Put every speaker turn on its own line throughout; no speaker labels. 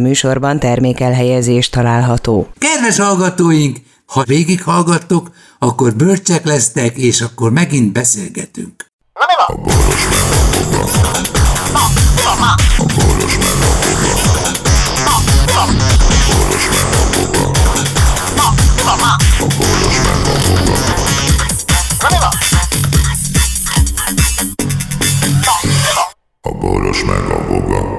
műsorban termékelhelyezés található.
Kedves hallgatóink, ha végighallgattok, akkor bölcsek lesznek, és akkor megint beszélgetünk.
Na mi van? Na, mi van már? Na, mi van? Na, mi van már? Na, mi van? Na, mi van?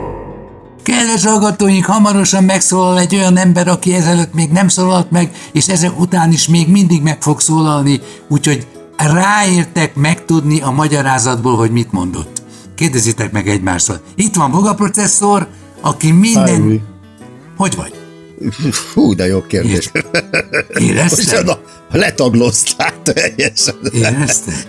Kedves hallgatóink, hamarosan megszólal egy olyan ember, aki ezelőtt még nem szólalt meg, és ezek után is még mindig meg fog szólalni, úgyhogy ráértek megtudni a magyarázatból, hogy mit mondott. Kérdezitek meg egymástól. Itt van Boga processzor, aki minden...
Fájmi.
Hogy vagy?
Hú, de jó kérdés.
Érezted?
Micsoda, letagloztál teljesen.
Érezted?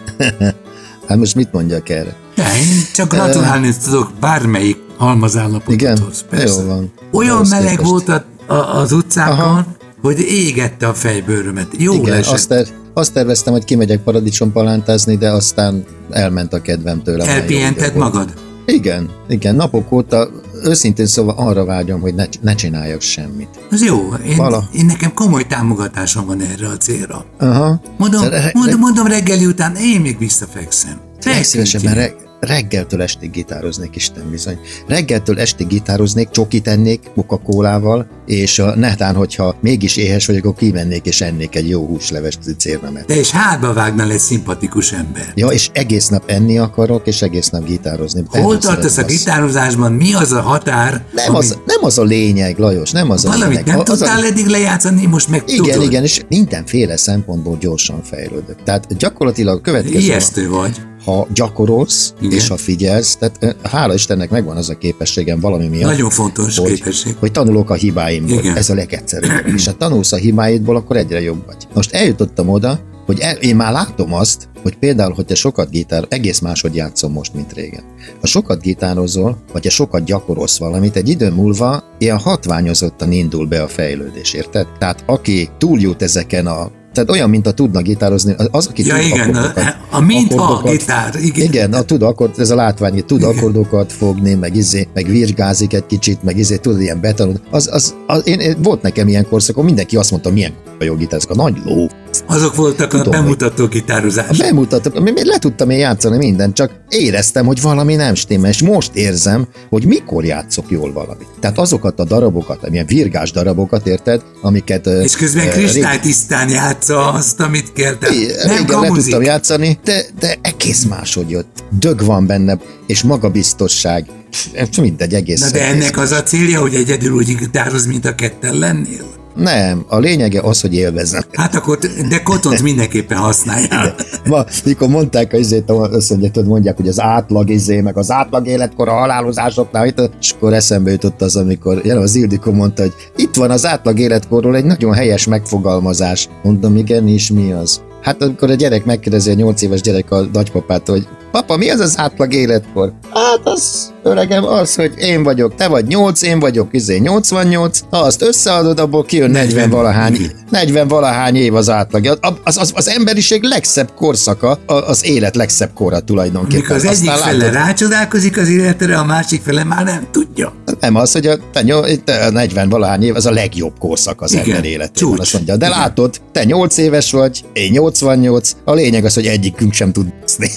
Hát most mit mondjak erre?
De én csak gratulálni tudok bármelyik
Igen?
halmazállapothoz. persze.
Jó van.
Olyan
Ahhoz
meleg
képest.
volt a, a, az utcákon, Aha. hogy égette a fejbőrömet. Jó
Igen,
esett.
azt, ter- azt terveztem, hogy kimegyek paradicsom palántázni, de aztán elment a kedvem tőlem. már jó idő
Elpihented
volt.
magad?
Igen, igen, napok óta őszintén szóval arra vágyom, hogy ne, ne csináljak semmit.
Az jó, én,
Vala.
én nekem komoly támogatásom van erre a célra.
Aha.
Mondom,
Szóval re-
mondom, mondom reggeli után, én még visszafekszem.
Legszívesebben
Feküdjél.
re- reggeltől estig gitároznék, Isten bizony. Reggeltől estig gitároznék, csokit ennék coca és a netán, hogyha mégis éhes vagyok, akkor kimennék és ennék egy jó húsleves cérnemet.
De és hátba vágnál egy szimpatikus ember.
Ja, és egész nap enni akarok, és egész nap gitározni.
Hol
Erre
tartasz a
szeretem azt.
gitározásban, mi az a határ,
Nem az, nem az a lényeg, Lajos, nem az a
valamit
lényeg.
nem
A- az a-
tudtál eddig lejátszani, most meg
Igen,
tudod.
igen, és mindenféle szempontból gyorsan fejlődök. Tehát gyakorlatilag a következő,
Ijesztő vagy.
ha gyakorolsz,
Igen.
igen. és ha figyelsz, tehát ö, hála Istennek megvan az a képességem valami miatt,
Nagyon fontos
hogy,
képesség.
hogy tanulok a hibáimból.
Igen.
Igen. Ez a legegyszerűbb. és ha tanulsz a hibáidból, akkor egyre jobb vagy. Most eljutottam oda, hogy el, én már látom azt, hogy például, hogyha sokat gitár, egész máshogy játszom most, mint régen. Ha sokat gitározol, vagy ha sokat gyakorolsz valamit, egy idő múlva ilyen hatványozottan indul be a fejlődés, érted? Tehát aki túljut ezeken a tehát olyan, mint a tudna gitározni, az- az, aki
Ja
tud
igen, a,
akkordokat-
a mintha
akkordokat-
gitár, igen.
igen, a tud akkor, ez a látvány, hogy tud akkordókat fogni, meg izé, meg virgázik egy kicsit, meg izé, tudod, ilyen betanul. Az, az, az én, én, volt nekem ilyen korszakom, mindenki azt mondta, milyen a jogi ezek a nagy ló.
Azok voltak a
Tudom, hogy-
bemutató gitározás.
Bemutattam, mi- mi- le tudtam én játszani mindent, csak éreztem, hogy valami nem stimmel, és most érzem, hogy mikor játszok jól valamit. Tehát azokat a darabokat, ilyen virgás darabokat, érted, amiket... ö,
És közben
ö, régen-
kristálytisztán játsza azt, amit kértem. Nem
régen le
kamuzik.
tudtam játszani, de, de egész máshogy jött. Dög van benne, és magabiztosság. Pff, Mindegy, egész.
Na de
egész.
ennek az a célja, hogy egyedül úgy gitároz, mint a ketten lennél?
Nem, a lényege az, hogy élvezem.
Hát akkor, de kotont mindenképpen használja.
Ma, mikor mondták a izét, azt mondják, tudod, mondják, hogy az átlag izé, meg az átlag életkor a halálozásoknál, itt, és akkor eszembe jutott az, amikor jelen az Ildikó mondta, hogy itt van az átlag életkorról egy nagyon helyes megfogalmazás. Mondom, igen, és mi az? Hát amikor a gyerek megkérdezi, a nyolc éves gyerek a nagypapától, hogy papa, mi az az átlag életkor? Hát az, öregem, az, hogy én vagyok, te vagy 8, én vagyok, izé 88, ha azt összeadod, abból kijön 40 valahány, 40 valahány év az átlag. Az, az, az, az emberiség legszebb korszaka, a- az élet legszebb kora tulajdonképpen.
Mikor az egyik
Aztán
fele rácsodálkozik az életre, a másik fele már nem tudja.
nem az, hogy a, te nyol, itt a 40 valahány év, az a legjobb korszak az
Igen,
Igen, ember életében.
csúcs.
Azt mondja, de látod, te 8 éves vagy, én 88, a lényeg az, hogy egyikünk sem tud baszni.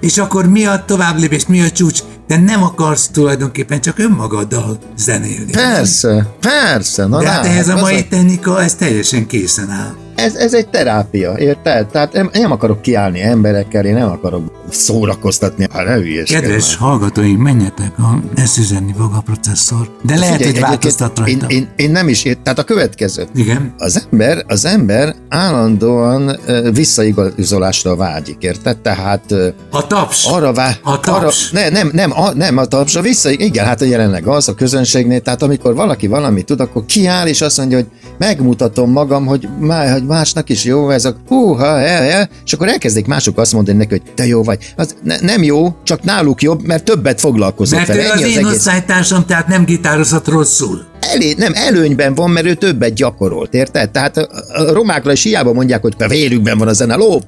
És akkor mi a továbblépés, mi a csúcs? De nem akarsz tulajdonképpen csak önmagaddal zenélni.
Persze, persze. Na,
De hát ehhez a
az
mai technika, ez teljesen készen áll.
ez, ez egy terápia, érted? Tehát én én nem akarok kiállni emberekkel, én nem akarok szórakoztatni, ha ne hülyeskedj
Kedves
már.
hallgatóink, menjetek a eszüzenni maga a processzor, de lehet,
Hát Figyelj,
hogy
egyébként
változtat
én,
rajta.
én, én, nem is ért, tehát a következő.
Igen,
Az ember, az ember állandóan ö, visszaigazolásra vágyik, érted? Tehát ö,
a taps.
arra vá...
A taps.
Arra, ne, nem, nem, a, nem a taps, a vissza... Igen, hát jelenleg az a közönségnél, tehát amikor valaki valamit tud, akkor kiáll és azt mondja, hogy megmutatom magam, hogy, má, hogy másnak is jó ez a húha, e, e, és akkor elkezdik mások azt mondani neki, hogy te jó vagy. Az ne, nem jó, csak náluk jobb, mert többet foglalkozott
Mert
vele.
ő az
Szóval Ennyi
én osztálytársam, tehát nem gitározhat rosszul.
elé, nem, előnyben van, mert ő többet gyakorolt, érted? Tehát a, a romákra is hiába mondják, hogy a vérükben van a zene, ló,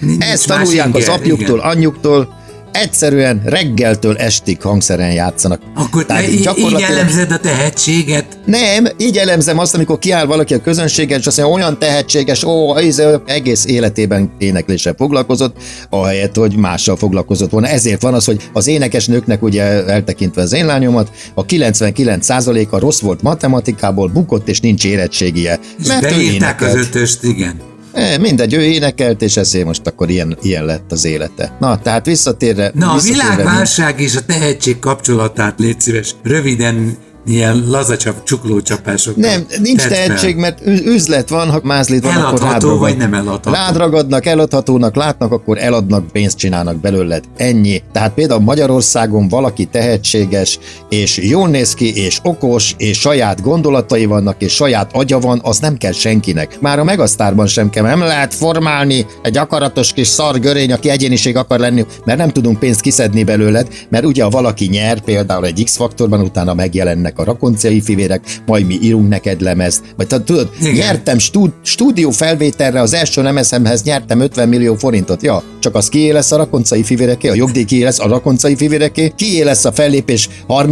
Nincs
ezt
más
tanulják az
inger,
apjuktól,
igen.
anyjuktól, egyszerűen reggeltől estig hangszeren játszanak.
Akkor te í- így elemzed a tehetséget?
Nem, így elemzem azt, amikor kiáll valaki a közönséget, és azt mondja, olyan tehetséges, ó, ez egész életében énekléssel foglalkozott, ahelyett, hogy mással foglalkozott volna. Ezért van az, hogy az énekesnőknek, ugye eltekintve az én lányomat, a 99%-a rossz volt matematikából, bukott és nincs érettségie.
És
Mert ő
beírták az
énekelt.
ötöst, igen.
E, Mindegy, ő énekelt, és ezért most akkor ilyen, ilyen lett az élete. Na, tehát visszatérve...
Na, a
visszatérve
világválság és a tehetség kapcsolatát légy szíves, röviden ilyen lazacsap, csuklócsapásokkal.
Nem, nincs
tedd fel.
tehetség, mert ü- üzlet van, ha mázlid van, akkor
Eladható
rádragad.
vagy nem eladható?
Rádragadnak, eladhatónak látnak, akkor eladnak, pénzt csinálnak belőled. Ennyi. Tehát például Magyarországon valaki tehetséges, és jól néz ki, és okos, és saját gondolatai vannak, és saját agya van, az nem kell senkinek. Már a Megasztárban sem kell, mert nem lehet formálni egy akaratos kis szar görény, aki egyéniség akar lenni, mert nem tudunk pénzt kiszedni belőled, mert ugye ha valaki nyer, például egy X-faktorban, utána megjelennek a rakonciai fivérek, majd mi írunk neked lemezt. Vagy te tudod,
Igen.
nyertem stú- stúdió felvételre az első lemezemhez, nyertem 50 millió forintot. Ja, csak az kié lesz a rakoncai fivéreké, a jogdíj kié lesz a rakoncai fivéreké, kié lesz a fellépés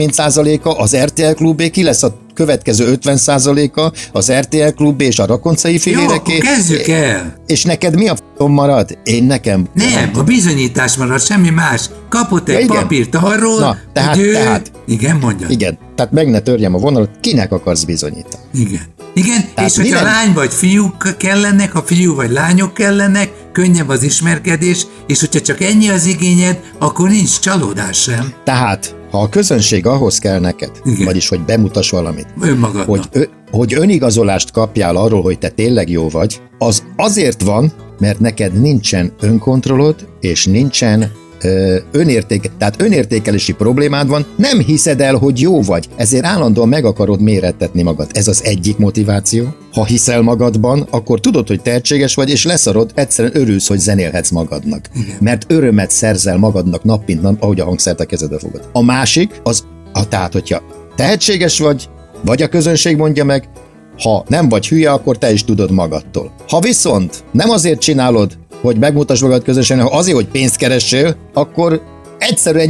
30%-a, az RTL klubé, ki lesz a következő 50%-a, az RTL klubé és a rakoncai
Jó,
fivéreké.
akkor kezdjük el.
És neked mi a f***om marad? Én nekem.
Nem, a bizonyítás marad, semmi más. Kapott
Ja,
egy
igen.
papírt arról,
Na, tehát-
hogy ő...
tehát.
Igen, mondja.
Igen, tehát meg ne törjem a vonalat, kinek akarsz bizonyítani?
Igen. Igen,
Tehát
és hogyha
minden-
lány vagy fiúk kellenek, ha fiú vagy lányok kellenek, könnyebb az ismerkedés, és hogyha csak ennyi az igényed, akkor nincs csalódás sem
Tehát, ha a közönség ahhoz kell neked,
Igen.
vagyis hogy bemutass valamit,
önmagadnak.
hogy, ö, hogy önigazolást kapjál arról, hogy te tényleg jó vagy, az azért van, mert neked nincsen önkontrollod, és nincsen ö, önérték, tehát önértékelési problémád van, nem hiszed el, hogy jó vagy, ezért állandóan meg akarod mérettetni magad. Ez az egyik motiváció. Ha hiszel magadban, akkor tudod, hogy tehetséges vagy, és leszarod, egyszerűen örülsz, hogy zenélhetsz magadnak. Igen. Mert örömet szerzel magadnak nap mint nap, ahogy a hangszert a kezedbe fogod. A másik, az, a, tehát, hogyha tehetséges vagy, vagy a közönség mondja meg, ha nem vagy hülye, akkor te is tudod magadtól. Ha viszont nem azért csinálod, hogy megmutasd magad közösen, hanem azért, hogy pénzt keressél, akkor egyszerűen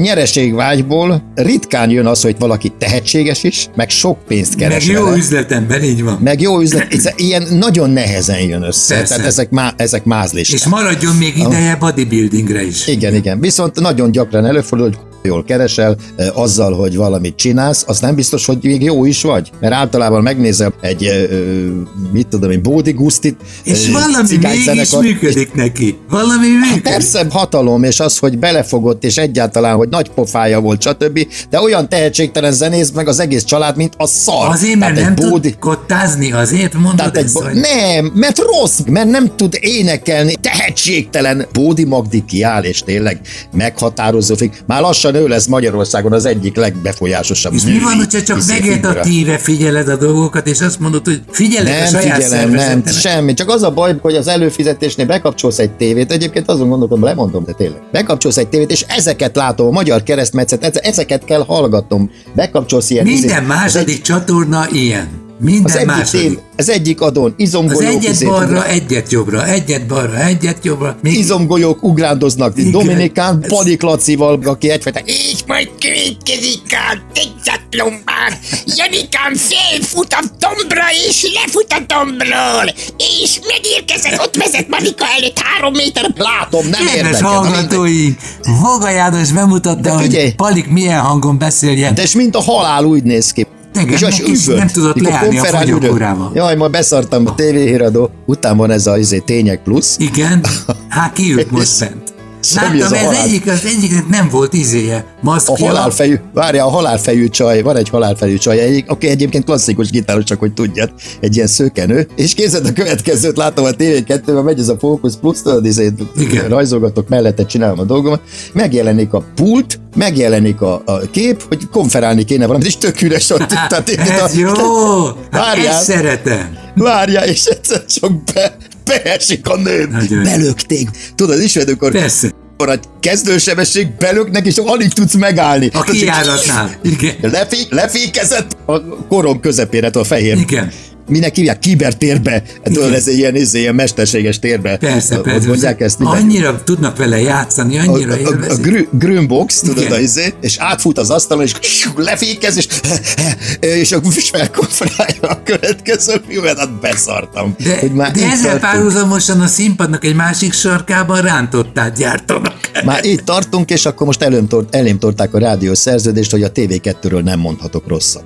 nyereségvágyból ritkán jön az, hogy valaki tehetséges is, meg sok pénzt
Meg
keres.
jó
vele.
üzletember, így van.
meg jó üzlet, ez- ilyen nagyon nehezen jön össze,
Persze.
tehát ezek, má, ezek mázlis.
És maradjon még
Ah.
ideje bodybuildingre is.
Igen, igen. Viszont nagyon gyakran előfordul, hogy jól keresel eh, azzal, hogy valamit csinálsz, az nem biztos, hogy még jó is vagy. Mert általában megnézel egy, eh, ö, mit tudom én, Bódi Gusztit,
És
eh,
valami
cigányzenekar-
mégis működik neki. Valami működik.
Hát Persze hatalom, és az, hogy belefogott, és egyáltalán, hogy nagy pofája volt, stb. De olyan tehetségtelen zenész meg az egész család, mint a szar.
Azért, mert
Tehát
nem
egy
tud kottázni, azért mondod
tehát egy
ezt,
bo-
hogy...
nem, mert rossz, mert nem tud énekelni, tehetségtelen. Bódi Magdi kiáll, és tényleg meghatározó fig. Már lassan ő lesz Magyarországon az egyik legbefolyásosabb.
És mi
női
van, hogyha csak
izé figura.
vegetatíve figyeled a dolgokat, és azt mondod, hogy figyelek a
Nem
saját
figyelem, nem,
szervezetemre?
semmi. Csak az a baj, hogy az előfizetésnél bekapcsolsz egy tévét, egyébként azon gondolkodom, lemondom, de tényleg. Bekapcsolsz egy tévét, és ezeket látom, a magyar keresztmetszet, eze- ezeket kell hallgatnom. Bekapcsolsz ilyen izét.
Minden
Az
második csatorna ilyen. Minden
egy- az egyik,
második.
tév, az egyik adon,
Az
izomgolyók
egyet
izé,
balra, egyet jobbra, egyet balra, egyet jobbra. Még
Izé, izomgolyók ugrándoznak.
Igen.
Dominikán
Ez-
Palik Lacival, aki egyfajta
Így majd következik a tegyzatlombár. Janikám felfut a tombra és lefut a tombról. És megérkezek, ott vezet Marika előtt három méter.
látom, nem
Kedves
érdekel. Na mindegy.
hallgatói, Voga János bemutatta, hogy
figyelj!
Palik milyen hangon beszéljen.
De és mint a halál úgy néz ki.
Igen,
és az
neki is
üvölt.
nem tudott
Mikor
leállni a
konferál, üvölt.
fogyókúrával.
Jaj, ma beszartam a tévéhíradó. Után van ez a izé, tények plusz.
Igen, hát kiült most
És-
bent.
Semmi
Láttam,
ez
ez
a halál.
egyik, az egyiknek nem volt izéje,
A
maszkja.
halálfejű, várja, a halálfejű csaj, van egy halálfejű csaj, egy, aki egyébként klasszikus gitáros, csak hogy tudjad, egy ilyen szőkenő, és képzeld a következőt, látom a TV2-ben, megy ez a Focus Plus, tudod, izé,
Igen.
rajzolgatok mellette, csinálom a dolgomat, megjelenik a pult, megjelenik a, a kép, hogy konferálni kéne valamit, és tök üres ott. tehát itt a-
Ez jó! Hát
Várjál.
ezt szeretem.
Várja, és egyszer csak be, beesik a nő.
Nagyon jó.
Belökték. Tudod, ismered, amikor
Persze.
akkor a kezdősebesség belöknek, és alig tudsz megállni.
A
Tehát így-
kijáratnál. Hát, Igen.
Lefé, lefékezett a korom közepére, a fehér.
Igen.
minek hívják? Kibertérbe. Hát, Tudod, ez egy ilyen, ez egy ilyen mesterséges térbe.
Persze,
Ott
persze.
mondják ezt. minek?
annyira tudnak vele játszani,
a,
annyira
a, a, a
élvezik.
grü- grünbox, tudod,
Igen.
a izé, és átfut az asztalon, és lefékez, és, és a és felkonferálja a következő filmet, hát beszartam.
De,
hogy már
de
itt
ezzel
tartunk.
párhuzamosan a színpadnak egy másik sarkában rántottát gyártanak.
Már itt tartunk, és akkor most elém, tort, elém torták a rádió szerződést, hogy a TV2-ről nem mondhatok rosszat.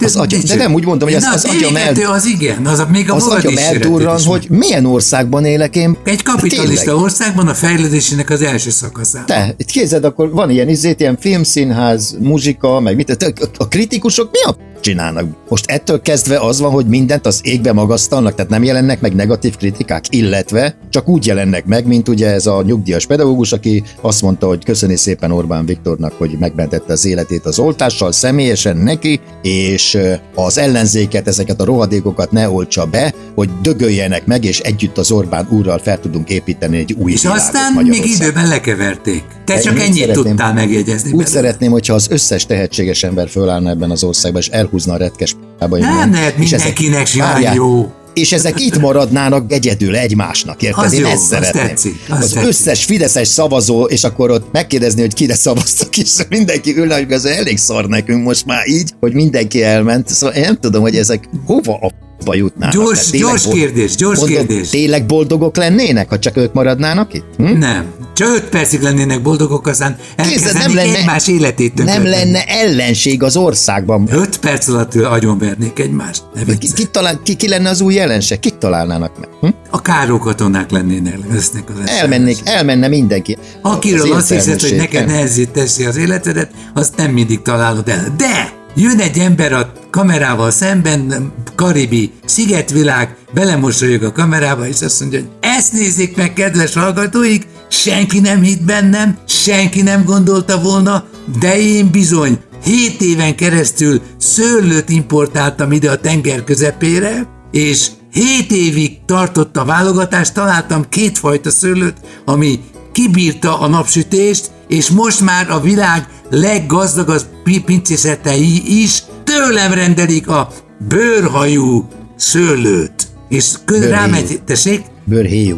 Az agyam, de nem úgy mondom, hogy az,
Na,
az
a
agyam el,
tényleg, Az igen, az a, még a
az
magad
agyam
is szereted
eldurran,
is.
hogy milyen országban élek én. Hát
Egy kapitalista
Tényleg.
országban a fejlődésének az első szakaszában.
Te, itt képzeld, akkor van ilyen izét, ilyen filmszínház, muzsika, meg mit, te, a- a kritikusok mi a p- csinálnak? Most ettől kezdve az van, hogy mindent az égbe magasztalnak, tehát nem jelennek meg negatív kritikák, illetve csak úgy jelennek meg, mint ugye ez a nyugdíjas pedagógus, aki azt mondta, hogy köszöni szépen Orbán Viktornak, hogy megmentette az életét az oltással, személyesen neki, és ö, az ellenzéket, ezeket a rohadékokat ne oltsa be, hogy dögöljenek meg, és együtt az Orbán úrral fel tudunk építeni egy új
És
világot
aztán még
Magyarországon.
időben lekeverték. Te
Én
csak
úgy
ennyit
szeretném-
tudtál megjegyezni.
Úgy
belőle.
szeretném, hogyha az összes tehetséges ember fölállna ebben az országban, és elhúzna a retkes p***ába.
Nem lehet mindenkinek simán jó.
És ezek itt maradnának egyedül egymásnak, érted?
Az
Én
jó,
ezt
az
szeretném.
tetszik, az
az
tetszik.
összes fideszes szavazó, és akkor ott megkérdezni, hogy kire szavaztak, és mindenki ülne, hogy ez elég szar nekünk most már így, hogy mindenki elment. Szóval én nem tudom, hogy ezek hova a f***ba jutnának.
Gyors-
Tehát hát tényleg
gyors
bol-
kérdés, gyors
mondom,
kérdés.
Tényleg boldogok lennének, ha csak ők maradnának itt? Hm?
Nem. Csak öt percig lennének boldogok, aztán
Képzeld,
elkezdenék egymás életét
nem
tönkretenni.
lenne ellenség az országban.
Öt perc alatt agyonvernék egymást. Ne
Ki,
viccelj.
ki, talál, ki, ki lenne az új jelenség? Kit találnának meg? Hm?
A káró katonák lennének, lesznek az
Elmennék, elmenne mindenki. Az
Akiről
én
azt hiszed, hogy
felelősség,
neked
nem?
nehezít teszi az életedet, azt nem mindig találod el. De jön egy ember a kamerával szemben, karibi szigetvilág, belemosolyog a kamerába, és azt mondja, hogy ezt nézzék meg, kedves hallgatóik, senki nem hitt bennem, senki nem gondolta volna, de én bizony 7 éven keresztül szőlőt importáltam ide a tenger közepére, és 7 évig tartott a válogatás, találtam kétfajta szőlőt, ami kibírta a napsütést, és most már a világ leggazdagabb pi- pincészetei is tőlem rendelik a bőrhajú szőlőt. És kö-
Bőrhajú.
rámegy, tessék,
Bőrhéjú.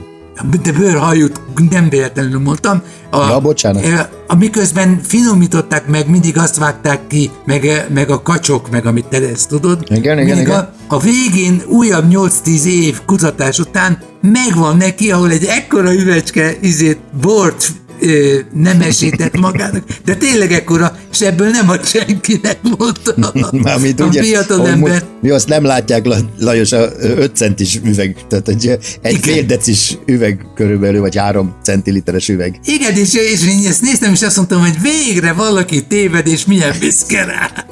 de bőrhajút nem véletlenül mondtam. A,
Ja, bocsánat.
e, A, miközben finomították meg, mindig azt vágták ki, meg, e, meg a kacsok, meg amit te ezt tudod.
Igen, igen,
Mindig
igen.
A, a végén újabb 8-10 év kutatás után megvan neki, ahol egy ekkora üvecske izét, bort ö, nem esített magának, de tényleg ekkora, és ebből nem ad senkinek, mondta.
Mármint
a
ugye,
fiatal
ahogy mu-
ember.
Mi azt nem látják, La- Lajos, a ö, 5 centis üveg, tehát egy, egy
Igen.
fél decis üveg körülbelül, vagy 3 centiliteres üveg.
Igen, és, és én ezt néztem, és azt mondtam, hogy végre valaki téved, és milyen büszke rá.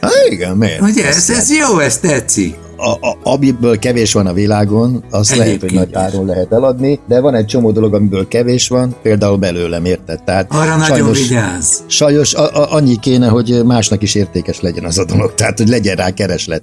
Há, igen, miért?
Ugye,
Azt
ez,
lehet.
ez jó, ez tetszik.
a, a, amiből kevés van a világon, azt lehet, hogy
Egyébként
nagy
is.
áron lehet eladni, de van egy csomó dolog, amiből kevés van, például belőlem, érted? Tehát
Arra nagyon vigyázz.
sajnos a, a, annyi kéne, hogy másnak is értékes legyen az a dolog, tehát hogy legyen rá kereslet.